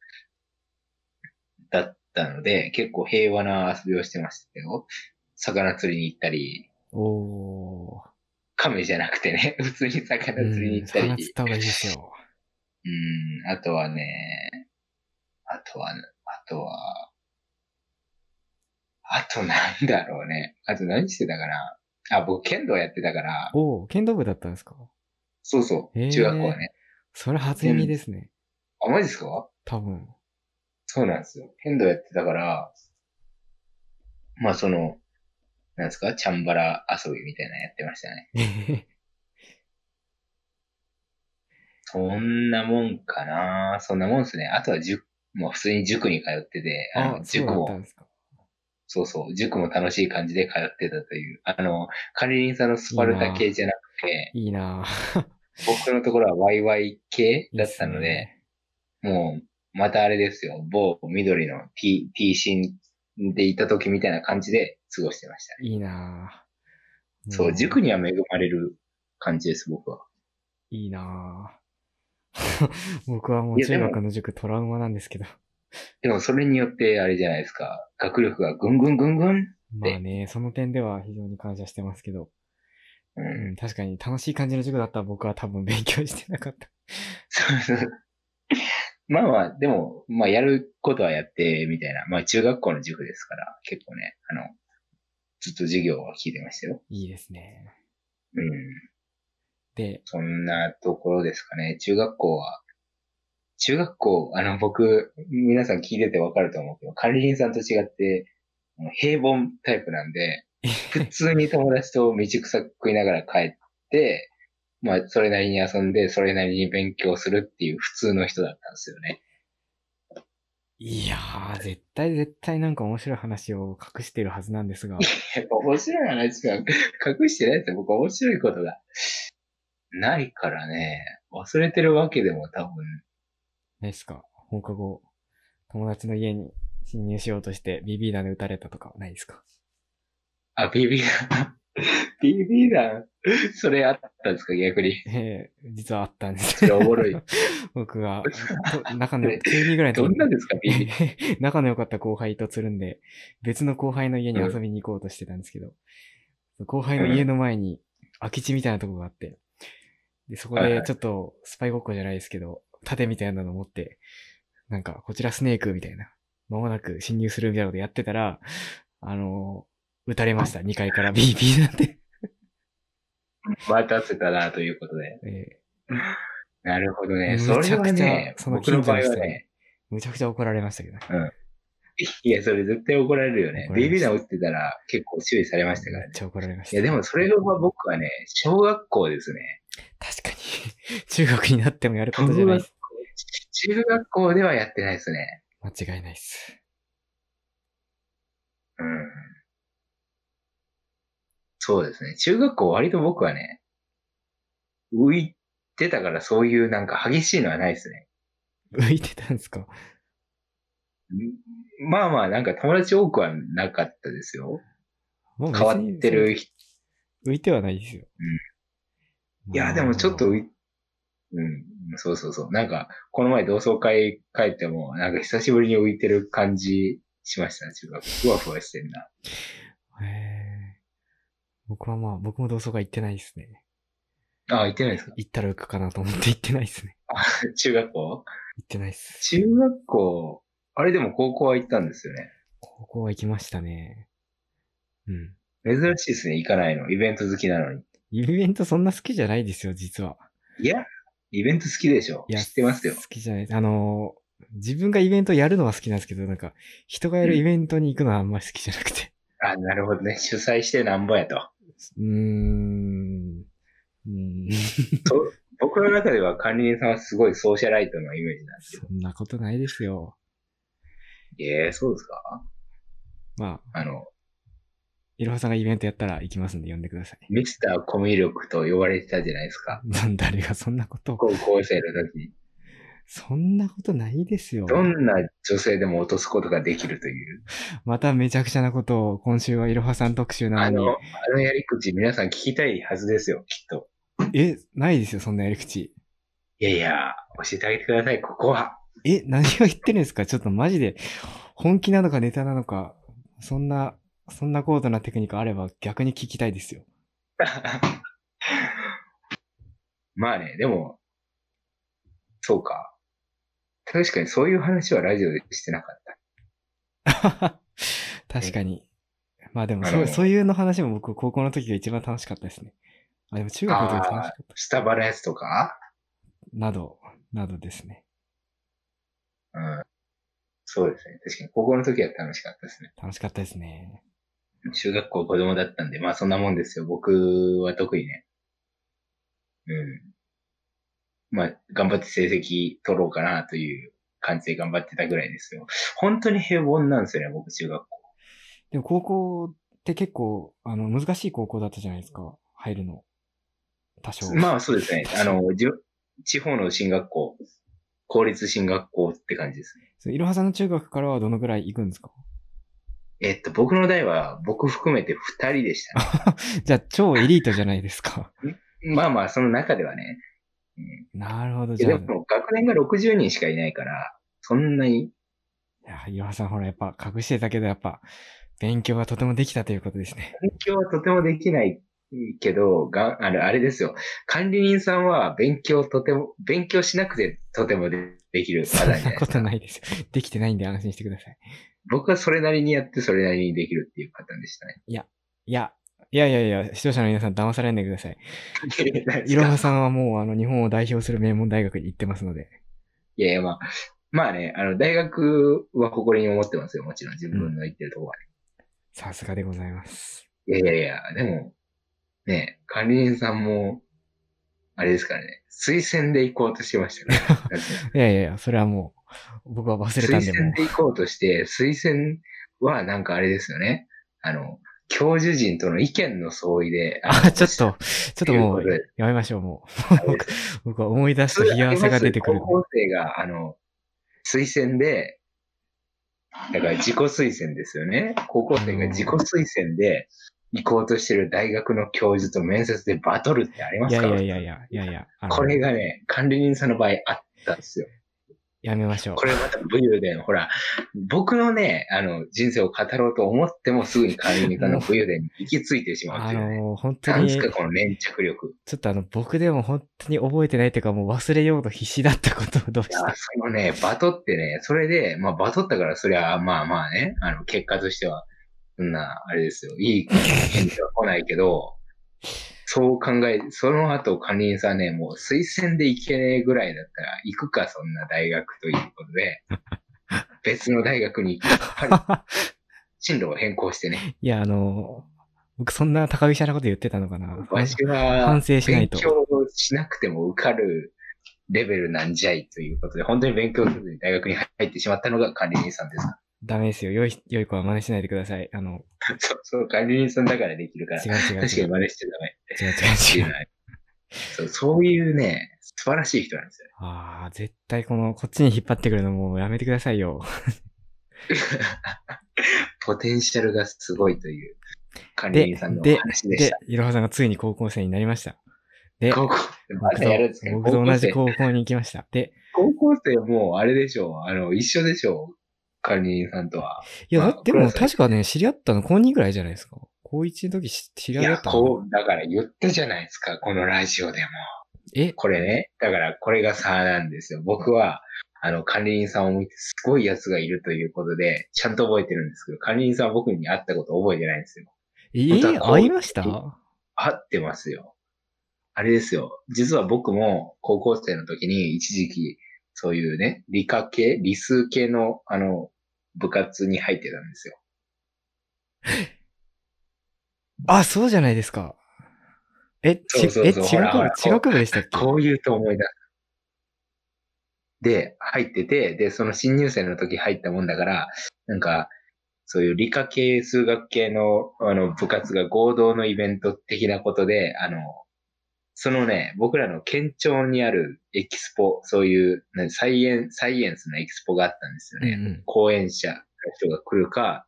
B: だったので、結構平和な遊びをしてましたよ。魚釣りに行ったり、
A: おー。
B: 亀じゃなくてね、 普通に魚
A: う
B: 釣りに
A: ん、
B: 行ったり、
A: 魚
B: うん
A: 釣った方がいいですよ。
B: あとはね、あとは、あとは、あとなんだろうね。あと何してたかな。あ、僕剣道やってたから、
A: おー、剣道部だったんですか
B: そうそう、
A: へー
B: 中学校はね。
A: それ初耳ですね。
B: あ、マジですか
A: 多分。
B: そうなんですよ。剣道やってたから、まあその、なんですか、チャンバラ遊びみたいなのやってましたね。そんなもんかなそんなもんですね。あとは塾、まあ普通に塾に通ってて、あ
A: あ
B: の、、
A: そう
B: 塾
A: だった
B: も
A: ん、ですか。
B: そうそう、塾も楽しい感じで通ってたという、あの、管理人さんのスパルタ系じゃなくて、
A: いいなぁ。
B: 僕のところはワイワイ系
A: いい
B: だ
A: っ
B: っ
A: す
B: た
A: ね
B: ので、。もう、またあれですよ、某緑の T、T シンでいた時みたいな感じで過ごしてました。
A: いいなぁ。
B: そ
A: も
B: う、塾には恵まれる感じです、僕は。
A: いいなぁ。 僕はもう
B: いやで
A: 中
B: も
A: 学の塾トラウマなんですけど。
B: でもそれによって、あれじゃないですか、学力がぐんぐんぐんぐん。
A: まあね、その点では非常に感謝してますけど。
B: う。
A: うんん、確かに楽しい感じの塾だったら僕は多分勉強してなかった。
B: そうそう まあまあ、でも、まあやることはやって、みたいな。まあ中学校の塾ですから、結構ね、あの、ずっと授業は聞いてましたよ。
A: いいですね。
B: うん。
A: で、
B: そんなところですかね。中学校は、中学校、あの、僕、皆さん聞いててわかると思うけど、管理人さんと違って、もう平凡タイプなんで、普通に友達と道草食いながら帰って、まあ、それなりに遊んで、それなりに勉強するっていう普通の人だったんですよね。
A: いやー、絶対絶対なんか面白い話を隠してるはずなんですが、
B: やっぱ面白い話が隠してないですよ。僕面白いことがないからね、忘れてるわけでも多分
A: ないですか放課後、友達の家に侵入しようとして BB 弾で撃たれたとかないですか
B: あ、BB 弾。BB 弾。それあったんですか、逆に。
A: ええ実はあったんで
B: そ
A: す
B: れお もろい。
A: 僕が、と仲の、中二ぐらいの
B: ど
A: 時
B: ん
A: に
B: なんですか、BB。
A: 仲の良かった後輩とつるんで、別の後輩の家に遊びに行こうとしてたんですけど、後輩の家の前に空き地みたいなとこがあって、で、そこ
B: はい
A: で
B: はい
A: ちょっとスパイごっこじゃないですけど、盾みたいなの持って、なんか、こちらスネークみたいな、間もなく侵入するみたいなことやってたら、あの撃たれました。2階 から BB なんて。
B: 待たせたな、ということで。
A: え
B: なるほどね。
A: むち
B: そ
A: ゃく
B: れ
A: ちゃ
B: はね、
A: その
B: 僕の場合
A: 近所
B: は
A: の人に
B: ね、
A: ーむちゃくちゃ怒られましたけどね。
B: いや、それ絶対怒られるよね
A: 怒。られま
B: ベ
A: した
B: ビーダン打ってたら結構注意されましたか
A: め
B: ら
A: っ
B: ね。
A: ちゃ怒られました。
B: いや、でもそれが僕はね、小学校ですね。
A: 確かに、 中学になってもやることじゃないです。
B: 中学校ではやってないですね。
A: 間違いないです。
B: うん。そうですね。中学校割と僕はね、浮いてたからそういうなんか激しいのはないですね。
A: 浮いてたんですか
B: うんまあまあ、なんか友達多くはなかったですよ。
A: もう別
B: 変わ
A: に
B: ってる人。
A: 浮いてはないですよ。
B: いや、でもちょっと浮い、うん、そうそうそう。なんか、この前同窓会帰っても、なんか久しぶりに浮いてる感じしましたね、中学校。ふわふわしてんな。
A: へえ僕はまあ、僕も同窓会行ってないですね。
B: あ、行ってないですか
A: 行ったら浮くかなと思って行ってないですね。
B: 中学校
A: 行ってないです。
B: 中学校、あれでも高校は行ったんですよね。
A: 高校は行きましたね。うん。
B: 珍しいですね、行かないの。イベント好きなのに。
A: イベントそんな好きじゃないですよ、実は。
B: いや、イベント好きでしょ。
A: いや、
B: 知ってますよ
A: 好。きじゃないです。あのー自分がイベントやるのは好きなんですけど、なんか、人がやるイベントに行くのはあんまり好きじゃなくて。
B: あ、なるほどね。主催してなんぼやと。
A: うーん。 うーん。
B: と僕の中では管理人さんはすごいソーシャライトのイメージなんですよ。
A: そんなことないですよ。
B: ええそうですか
A: まあ、
B: あの、
A: いろはさんがイベントやったら行きますんで呼んでください。
B: ミスターコミュ力と呼ばれてたじゃないですか。
A: 誰がそんなことを
B: 高校生の時に。
A: そんなことないですよ。
B: どんな女性でも落とすことができるという。
A: まためちゃくちゃなことを、今週はいろはさん特集な
B: あ
A: の
B: の、あのやり口皆さん聞きたいはずですよ、きっと。
A: に。え、ないですよ、そんなやり口。
B: いやいや、教えてあげてください、ここは。
A: え、何を言ってるんですかちょっとマジで、本気なのかネタなのか、そんな、そんな高度なテクニックあれば逆に聞きたいですよ。
B: まあね、でも、そうか。確かにそういう話はラジオでしてなかった。
A: 確かに。まあでも
B: あ
A: そ
B: の
A: う、そういうの話も僕、高校の時が一番楽しかったですね。あ、でも中学の時楽しかった。
B: スタバのやつとか、
A: など、などですね。
B: うん、そうですね。確かに高校の時は楽しかったですね。
A: 楽しかったですね。
B: 中学校子供だったんで、まあそんなもんですよ。僕は特にね。うん。まあ、頑張って成績取ろうかなという感じで頑張ってたぐらいですよ。本当に平凡なんですよね、僕中学校。
A: でも高校って結構、あの、難しい高校だったじゃないですか。入るの。多少。
B: まあそうですね。あの、じゅ地方の進学校、公立進学校って感じですね。
A: そういろはさんの中学からはどのぐらい行くんですか
B: えっと、僕の代は僕含めて二人でした、
A: じゃあ、超エリートじゃないです か。
B: ね。まあまあ、その中ではね。うん
A: なるほど、
B: い
A: じゃあ。
B: や、
A: い
B: でも学年が60人しかいないから、そんなに、
A: や、いろはさん、ほら、やっぱ隠してたけど、やっぱ、勉強はとてもできたということです ね。
B: 勉強はとてもできないけど、があのあれですよ。管理人さんは勉強とても、勉強しなくてとてもでできる
A: そ
B: パ
A: ん
B: ターンじゃ
A: な
B: ないで
A: こ
B: す
A: と
B: か。
A: ないですよ。できてないんで安心してください。
B: 僕はそれなりにやってそれなりにできるっていうパターンでしたね。
A: いや、いやいやいや、視聴者の皆さん騙されないでく ださい。
B: 何です
A: い
B: か
A: ろはさんはもう、あの、日本を代表する名門大学に行ってますので。
B: いやいや、まあ、まあね、あの、大学は誇りに思ってますよ、もちろん、自分の行ってるとこは、
A: さすがでございます。
B: ね。いやいやいや、でも、ね、管理人さんも、あれですからね、推薦で行こうとしてまし たから。なんか
A: いやいやいや、それはもう、僕は忘れたんで
B: 推
A: も
B: 薦
A: う。
B: で行こうとして、推薦はなんかあれですよね、あの、教授陣との意見の相違で、の
A: あ、ちょっと、ちょっとも
B: ということ
A: う
B: で、
A: やめましょう、も
B: あれ
A: う。
B: です
A: 僕は思い出すと冷や汗が出てくるんで
B: 高。校生が、あの、推薦で、だから自己推薦ですよね。高校生が自己推薦で行こうとしてる大学の教授と面接でバトルってありま
A: い
B: す
A: や
B: か
A: いやいやいや、いやいや、あの
B: これがね、管理人さんの場合あったんですよ。
A: やめましょう。
B: これまた武勇伝、ほら、僕のね、あの、人生を語ろうと思ってもすぐに管理人さんの武勇伝に行き着いてしまうっ
A: あ
B: ていうね。
A: の、本当
B: なんで
A: に、
B: す
A: ち
B: か、この粘着力。
A: ょっとあの、僕でも本当に覚えてないというか、もう忘れようと必死だったことをどうし
B: いや
A: た。
B: そのね、バトってね、それで、まあ、バトったから、そりゃ、まあまあね、あの、結果としては、そんな、あれですよ、いい返事は来ないけど、そう考え、その後、管理人さんね、もう 推薦で行けねえぐらいだったら、行くか、そんな大学ということで、別の大学に行き、やっぱり進路を変更してね。
A: いや、あの、僕そんな高飛車なこと言ってたのかな。
B: わしは、
A: 反省しないと
B: 勉強しなくても受かるレベルなんじゃいということで、本当に勉強せずに大学に入ってしまったのが管理人さんですか
A: ダメですよ。良い、良い子は真似しないでください。あの、
B: ら。 そう、そう、管理人さんだからできるから。
A: 違う違う違う。
B: 確か
A: 違
B: に
A: う
B: 真似してダメって
A: 違
B: い
A: 違
B: うの
A: う。
B: は。そうそういうね、素晴らしい人なんですよ。
A: ああ、絶対この、こっちに引っ張ってくるのもうやめてくださいよ。
B: ポテンシャルがすごいという管理
A: で
B: 人さん、のお
A: で、
B: 話でし
A: で
B: た。、
A: いろはさんがついに高校生になりました。で、
B: 高校、ま
A: 僕
B: だ
A: と
B: やるんですか
A: 僕と同じ
B: 高校
A: 高校に行きました。で、
B: 生。高校生もうあれでしょう。あの、一緒でしょう。管理人さんとは。
A: いや、
B: まあ
A: だって
B: ごめん
A: も
B: なさい
A: 確かね、知り合ったの高2ぐらいじゃないですか。高1の時し知
B: い
A: り合いだ
B: や、
A: ったの
B: こう、だから言ったじゃないですか。このラジオでも。
A: え、
B: これね。だからこれが差なんですよ。僕は、あの、管理人さんを見てすごい奴がいるということで、ちゃんと覚えてるんですけど、管理人さんは僕に会ったこと覚えてないんですよ。
A: え
B: 本当はこう
A: 会いました
B: 合ってますよ。あれですよ。実は僕も高校生の時に一時期、そういうね、理科系、理数系の、あの、部活に入ってたんですよ。
A: あ、そうじゃないですか。え、ち、
B: そうそう
A: え、
B: そう
A: 地
B: ほら
A: 学
B: ほ
A: 部
B: ら、
A: 地学部でしたっけ
B: こういうと思い出す。で、入ってて、で、その新入生の時入ったもんだから、なんか、そういう理科系、数学系の、あの、部活が合同のイベント的なことで、あの、そのね、僕らの県庁にあるエキスポ、そういう、ね、サイエン、サイエンスのエキスポがあったんですよ
A: うん
B: ね。
A: うん。
B: 講演者の人が来るか、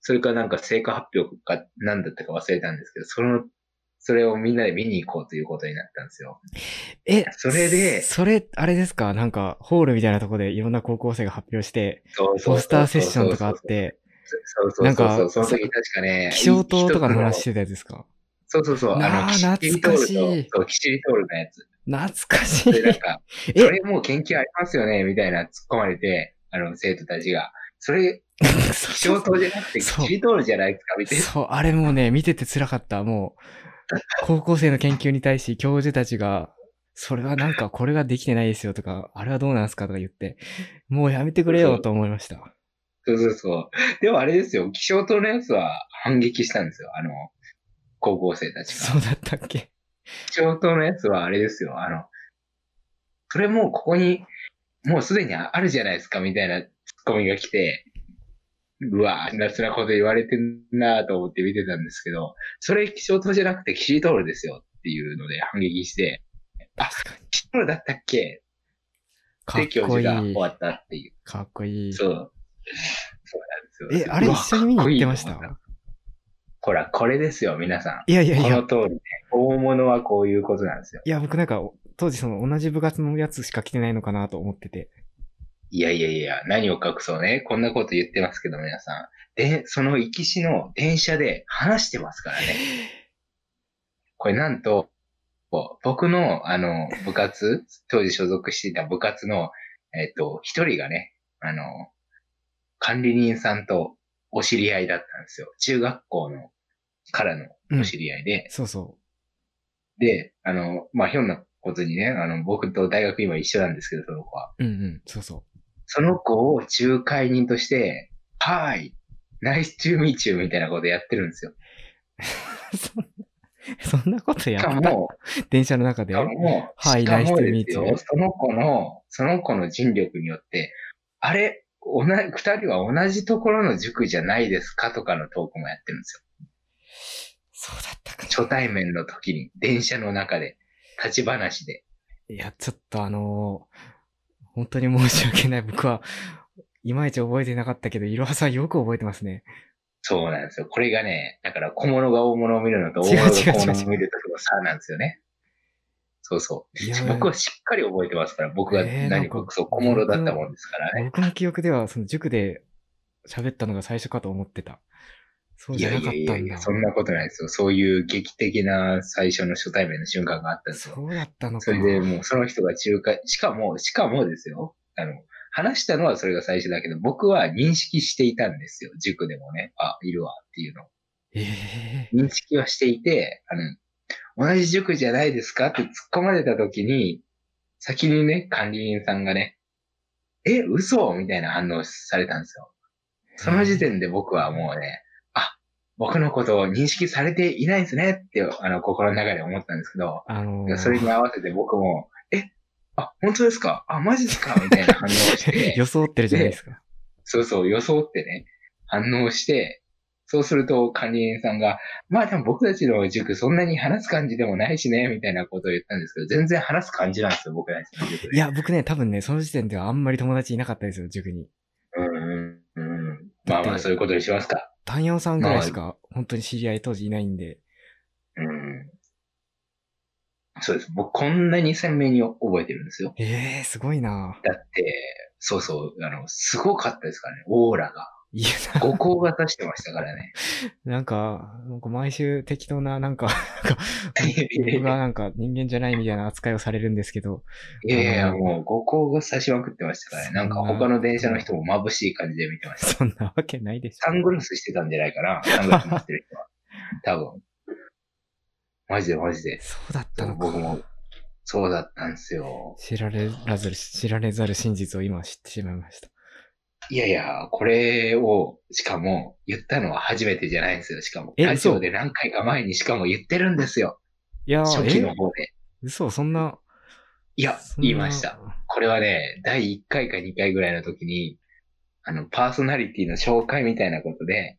B: それかなんか成果発表か何だったか忘れたんですけど、その、それをみんなで見に行こうということになったんですよ。
A: え、
B: それで
A: それ、あれですかなんか、ホールみたいなとこでいろんな高校生が発表して、
B: そうそうそうそう
A: ポスターセッションとかあっ。て、
B: そうそうそうそう。
A: なんか
B: その時確かね。
A: 気象灯とかの話し
B: 一つ
A: てたやつですか
B: そうそうそう。
A: なあ
B: あの、キシリトール
A: 懐かしい
B: と、そう、キシリトールのや つ。
A: 懐かしい
B: で、。なんか、そ
A: え
B: れもう研究ありますよね、みたいな突っ込まれて、あの、生徒たちが。それ、気
A: そ
B: 象
A: う
B: 灯じゃなくて、キ
A: そう
B: シリトールじゃないですか、みたいな。
A: そう、あれもうね、見てて辛かった。もう、高校生の研究に対し教授たちが、それはなんかこれができてないですよとか、あれはどうなんすかとか言って、もうやめてくれよと思いました。
B: そうそうそう。でもあれですよ、気象灯のやつは反撃したんですよ、あの、高校生たちが。
A: そうだったっけ
B: 気象灯のやつはあれですよ、あの、それもうここに、もうすでにあるじゃないですか、みたいなツッコミが来て、うわぁ、夏なこと言われてんなぁと思って見てたんですけど、それ気象灯じゃなくてキシリトールですよっていうので反撃して、
A: 確かに。
B: キシリトールだったっけ
A: か
B: って
A: っ
B: 教
A: こ
B: 授が終
A: いい
B: わ。ったっていう。
A: かっこいい。
B: そう。そうなんです
A: え、
B: よ。
A: あれ
B: うわ
A: 一緒に見に行ってまし
B: か
A: た
B: こいいと思ほら、これですよ、皆さん。
A: いやいやい
B: この
A: や、
B: 通りね。大物はこういうことなんですよ。
A: いや、僕なんか、当時その同じ部活のやつしか来てないのかなと思ってて。
B: いやいやいや、何を隠そうね。こんなこと言ってますけど、皆さん。で、その行きしの電車で話してますからね。これなんと、こう僕の、あの、部活、当時所属していた部活の、えっ、と、一人がね、あの、管理人さんとお知り合いだったんですよ。中学校の、からのお知り合いで、
A: そうそ
B: で、あの、まあ、ひょんなことにね、あの、僕と大学今一緒なんですけど、その子は。
A: う。うんうん、そうそ
B: その子を仲介人として、はーい、ナイスチューミーチューみたいなことやってるんですよ。
A: う。そんな、そんなことや
B: しか
A: った
B: も、
A: 電車の中で
B: しかも、
A: はい
B: しかも
A: Nice to
B: で
A: meet
B: す
A: you
B: よ、その子の、その子の尽力によって、あれ、同じ、二人は同じところの塾じゃないですかとかのトークもやってるんですよ。
A: そうだったかな。
B: 初対面の時に、電車の中で、立ち話で。
A: いや、ちょっとあのー本当に申し訳ない。僕は、いまいち覚えてなかったけど、いろはさんよく覚えてますね。
B: そうなんですよ。これがね、だから小物が大物を見るのと
A: 違う
B: 大物が小
A: 違う違
B: 物
A: う
B: を見るとの差なんですよね。そうそう。
A: いや
B: 僕はしっかり覚えてますから、僕が
A: えーな
B: 何
A: ん
B: か
A: か
B: そう、小物だったもんですからね。
A: 僕の記憶では、その塾で喋ったのが最初かと思ってた。そう
B: い
A: じゃな
B: や
A: いかっ
B: やい
A: た
B: やい
A: ん
B: や、
A: だ。
B: そんなことないですよ。そういう劇的な最初の初対面の瞬間があったんですよ。
A: そうだったのか。
B: それでもうその人が仲介、しかも、しかもですよ。あの、話したのはそれが最初だけど、僕は認識していたんですよ。塾でもね、あ、いるわっていうのを
A: ええ
B: 認識はしていて、あの、同じ塾じゃないですかって突っ込まれた時に、先にね、管理員さんがね、え、嘘みたいな反応されたんですよ。その時点で僕はもうね、あ、僕のことを認識されていないんですねって、あの、心の中で思ったんですけど、
A: あのー
B: それに合わせて僕も、え、あ、本当ですかあ、マジですかみたいな反応をして、
A: 装ってるじゃないですか。
B: そうそう、装ってね、反応して、そうすると管理員さんが、まあでも僕たちの塾そんなに話す感じでもないしね、みたいなことを言ったんですけど、全然話す感じなんですよ、僕たちの塾
A: い
B: で。
A: や、僕ね、多分ね、その時点ではあんまり友達いなかったですよ、塾に。
B: うんうんうん。まあまあそういうことにしますか。
A: 単陽さんぐらいしか、本当に知り合い当時いないんで。
B: うん。そうです。僕こんなに鮮明に覚えてるんですよ。
A: ええー、すごいな
B: だって、そうそう、あの、すごかったですからね、オーラが。
A: いや、
B: 五光が指してましたから ね。
A: なんか、なんか毎週適当な、なんか、 なんか僕がなんか人間じゃないみたいな扱いをされるんですけど、
B: いやいや、もう五光が指しまくってましたからね。なんか他の電車の人も眩しい感じで見てました。
A: そんなわけないでし
B: サングラスしてたんじゃないかな。サングラス持ってる 人は。多分。マジでマジ
A: ょ。
B: で。
A: そうだったの
B: 僕
A: か。
B: も、そうだったんですよ。
A: 知られらず、知られざる真実を今知ってしまいました。
B: いやいや、これを、しかも、言ったのは初めてじゃないんですよ。しかも、
A: え
B: ラジオで何回か前にしかも言ってるんですよ。
A: いや
B: 初期
A: ー、
B: の
A: え
B: 方で。
A: 嘘、そんな。
B: いや
A: そ、んな
B: 言いました。。これはね、第1回か2回ぐらいの時に、あの、パーソナリティの紹介みたいなことで、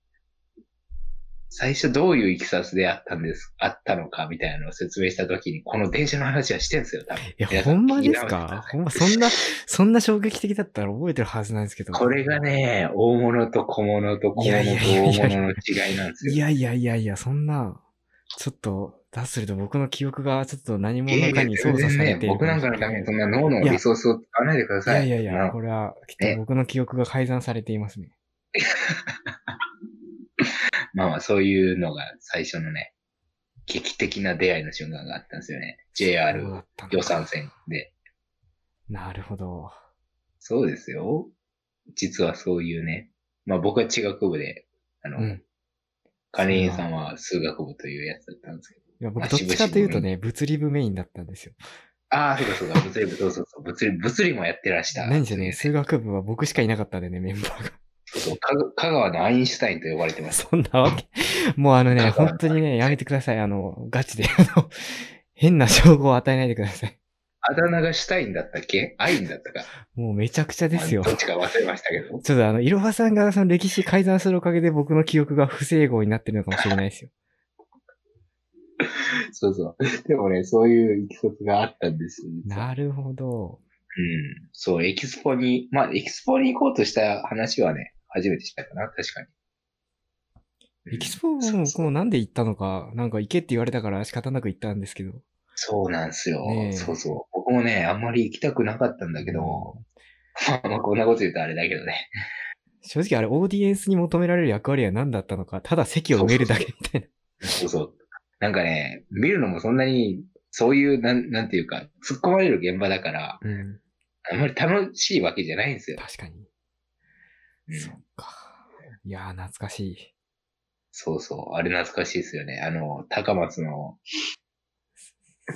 B: 最初どういういきさつであったんです、あったのかみたいなのを説明した時に、この電車の話はしてんすよ、多分。
A: いや、
B: 皆
A: ほ
B: さ
A: んま
B: 聞き
A: です
B: 直してください
A: かほんま、そんな、そんな衝撃的だったら覚えてるはずなんですけど。
B: これがね、大物と小物と小
A: いや
B: 物
A: い
B: と
A: やいやいや
B: 大物の違いなんですよ。
A: いやいやいやいや、そんな、ちょっと、だとすると僕の記憶がちょっと何
B: いや
A: 者
B: い
A: か
B: や
A: に
B: 全
A: 操作
B: 然
A: され
B: ね
A: てい、る
B: 僕なんかのためにそんな脳のリソースを使わないでくだ
A: い
B: さ
A: や
B: い。
A: いやい
B: あ
A: や、
B: の
A: これはきっと僕の記憶が改ざんされていますね。
B: まあまあ、そういうのが最初のね、劇的な出会いの瞬間があったんですよね。JR
A: そうだったの
B: 予算線で。
A: なるほど。
B: そうですよ。実はそういうね。まあ僕は地学部で、あの、
A: うん。
B: カレインさんは数学部というやつだったんですけど。
A: いや僕、どっちかというとね、物理部メインだったんですよ。
B: ああ、そうかそうか、物理部、そうそうそう、物理、物理もやってらした。
A: 何せね、数学部は僕しかいなかったんでね、メンバーが。
B: そうそう、か香川のアインシュタインと呼ばれてます。
A: そんなわけ。 もうあのね、
B: だから
A: 本当にね、やめてください。あの、ガチで、 あの、変な称号を与えないでください。
B: あだ名がシュタインだったっけアインだったか。
A: もうめちゃくちゃですよ
B: まあ。どっちか忘れましたけど。
A: ちょっとあの、いろはさんがその歴史改ざんするおかげで僕の記憶が不整合になってるのかもしれないですよ。
B: そうそう。でもね、そういういきさつがあったんですよ。実は
A: なるほど。
B: うん。そう、エキスポに、まあ、エキスポに行こうとした話はね、初めてしたかな、確かに。うん
A: エキスポも
B: そう
A: 僕
B: そう
A: もなんで行ったのか、なんか行けって言われたから仕方なく行ったんですけど。
B: そうなんですよ
A: ねえ。
B: そうそう。僕もね、あんまり行きたくなかったんだけど、 まあこんなこと言うとあれだけどね。
A: 正直あれオーディエンスに求められる役割は何だったのか、ただ席を埋めるだけみたいな。
B: そうそう。なんかね、見るのもそんなに、そういう、なん、なんていうか、突っ込まれる現場だから、
A: うん。
B: あんまり楽しいわけじゃないんですよ。
A: 確かに。
B: うん
A: そっか。いやー、懐かしい。
B: そうそう。あれ懐かしいですよね。あの、高松の、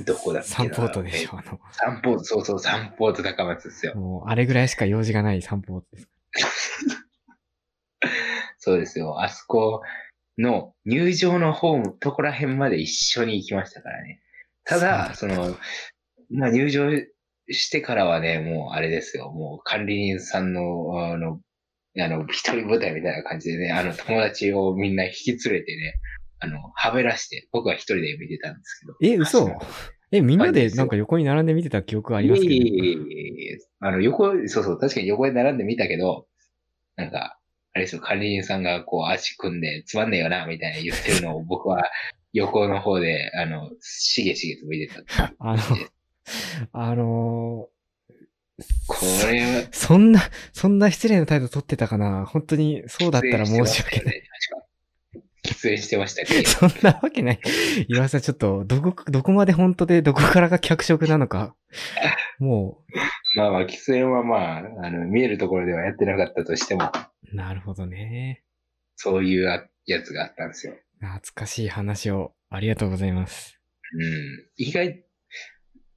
B: どこだっけな
A: サンポートでしょ、あの。
B: サンポート、そうそう、サンポート高松ですよ。
A: もう、あれぐらいしか用事がない散歩です。
B: そうですよ。あそこの入場のホーム、とこら辺まで一緒に行きましたからね。ただ、
A: そ
B: そう
A: だった
B: の、まあ入場してからはね、もうあれですよ。もう管理人さんの、あの、あの、一人舞台みたいな感じでね、あの、友達をみんな引き連れてね、あの、はべらして、僕は一人で見てたんですけど。
A: え、
B: あ
A: 嘘
B: そう
A: え、みんなでなんか横に並んで見てた記憶がありますけど。
B: いえいえいえいえあの、横、そうそう、確かに横に並んでみたけど、なんか、あれですよ、管理人さんがこう足組んで、つまんねえよな、みたいな言ってるのを僕は横の方で、あの、しげしげと見てた。
A: あの、あの
B: これは、
A: そそんな、そんな失礼な態度取ってたかな本当に、そうだったら申し訳ない。
B: い。喫煙してましたけど、
A: そんなわけない。岩井さん、ちょっと、どこ、どこまで本当で、どこからが脚色なのか。も
B: まあまあ、喫煙はまあ、あの、見えるところではやってなかったとしても、
A: う、なるほどね。
B: そういうあやつがあったんですよ。
A: 懐かしい話を、ありがとうございます。
B: うん。意外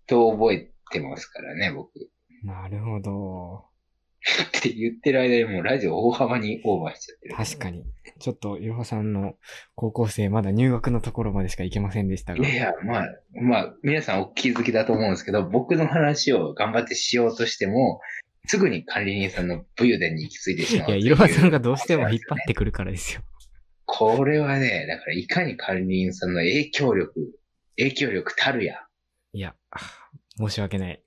B: と覚えてますからね、僕。
A: なるほど。
B: って言ってる間にもうラジオ大幅にオーバーしちゃってる。
A: 確かに。ちょっと、ゆうほさんの高校生、まだ入学のところまでしか行けませんでした
B: い
A: が
B: や。いや、まあ、まあ、皆さんお気づきだと思うんですけど、僕の話を頑張ってしようとしても、すぐに管理人さんの武勇伝に行き着いてしまう
A: いや、
B: とう
A: いろはさんがどうしても引っ張ってくるからですよ。
B: これはね、だからいかに管理人さんの影響力、影響力たるや、
A: いや、あ申し訳ない。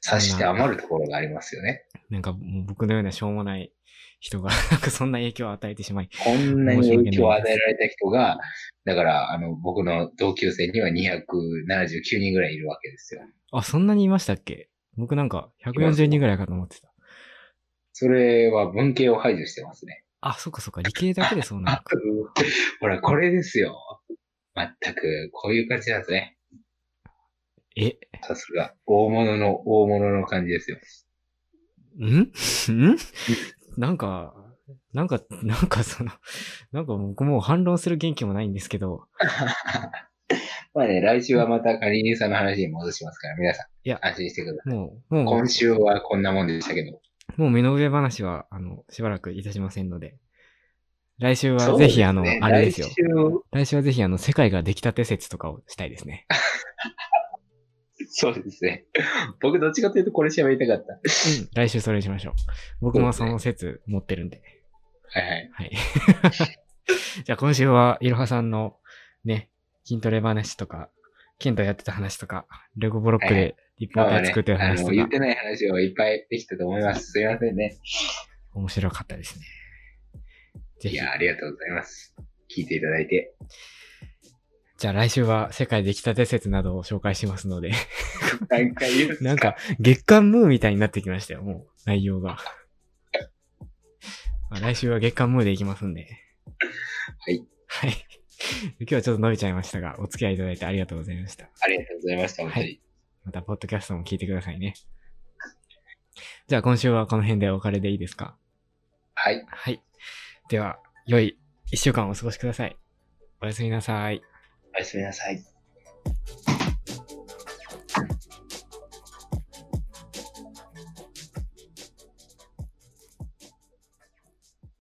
B: 察して余るところがありますよね。
A: なんか、もう僕のようなしょうもない人が、 なんかそんな影響を与えてしまい。
B: こんなに影響を与えられた人が、だから、あの、僕の同級生には279人ぐらいいるわけですよ。
A: あ、そんなにいましたっけ僕なんか、140人ぐらいかと思ってた。
B: それは文系を排除してますね。
A: あ、そっかそっか、理系だけでそうなのか。
B: ほら、これですよ。まったく、こういう感じなんですね。
A: え、
B: さすが。大物の大物の感じですよ。
A: んんなんか、なんか、なんかその、なんか僕もう反論する元気もないんですけど、
B: まあね、来週はまたカリニさんの話に戻しますから、皆さん。
A: いや
B: 安心してください。
A: もう、も
B: 今週はこんなもんでしたけど。
A: う、もう身の上話は、あの、しばらくいたしませんので、来週
B: そ
A: は
B: うで
A: ぜ
B: す
A: ひ、
B: ね
A: あの、あれですよ
B: 来。週
A: 来週はぜひ、あの、世界が出来たて説とかをしたいですね。
B: そうですね。僕どっちかというとこれ喋りたかった。
A: うん、来週それしましょう。僕もその説持ってるんで。
B: はいはい。
A: はい。 じゃあ今週はいろはさんのね、筋トレ話とか、剣道やってた話とか、レゴブロック
B: はいは
A: で立方体作ってる
B: あ
A: 話
B: の、
A: と
B: 言っ
A: か、
B: てない話をいっぱいできたと思います。すいませんね。
A: 面白かったですね。ぜ
B: い
A: ひ、
B: や、ありがとうございます。聞いていただ いて。
A: じゃあ来週は世界出来たて説などを紹介しますので、
B: 何回言うんです
A: なんか月間ムーみたいになってきましたよ、もう内容が。 まあ来週は月間ムーでいきますんで。
B: い
A: はい。 今日はちょっと伸びちゃいましたが、お付き合いいただいてありがとうございました。
B: ありがとうございました、本当に。
A: また、ポッドキャストも聞いてくださいね。じゃあ、今週はこの辺でお別れでいいですか
B: はい。
A: はい。では、良い一週間お過ごしください。おやすみなさい。
B: おやすみなさい。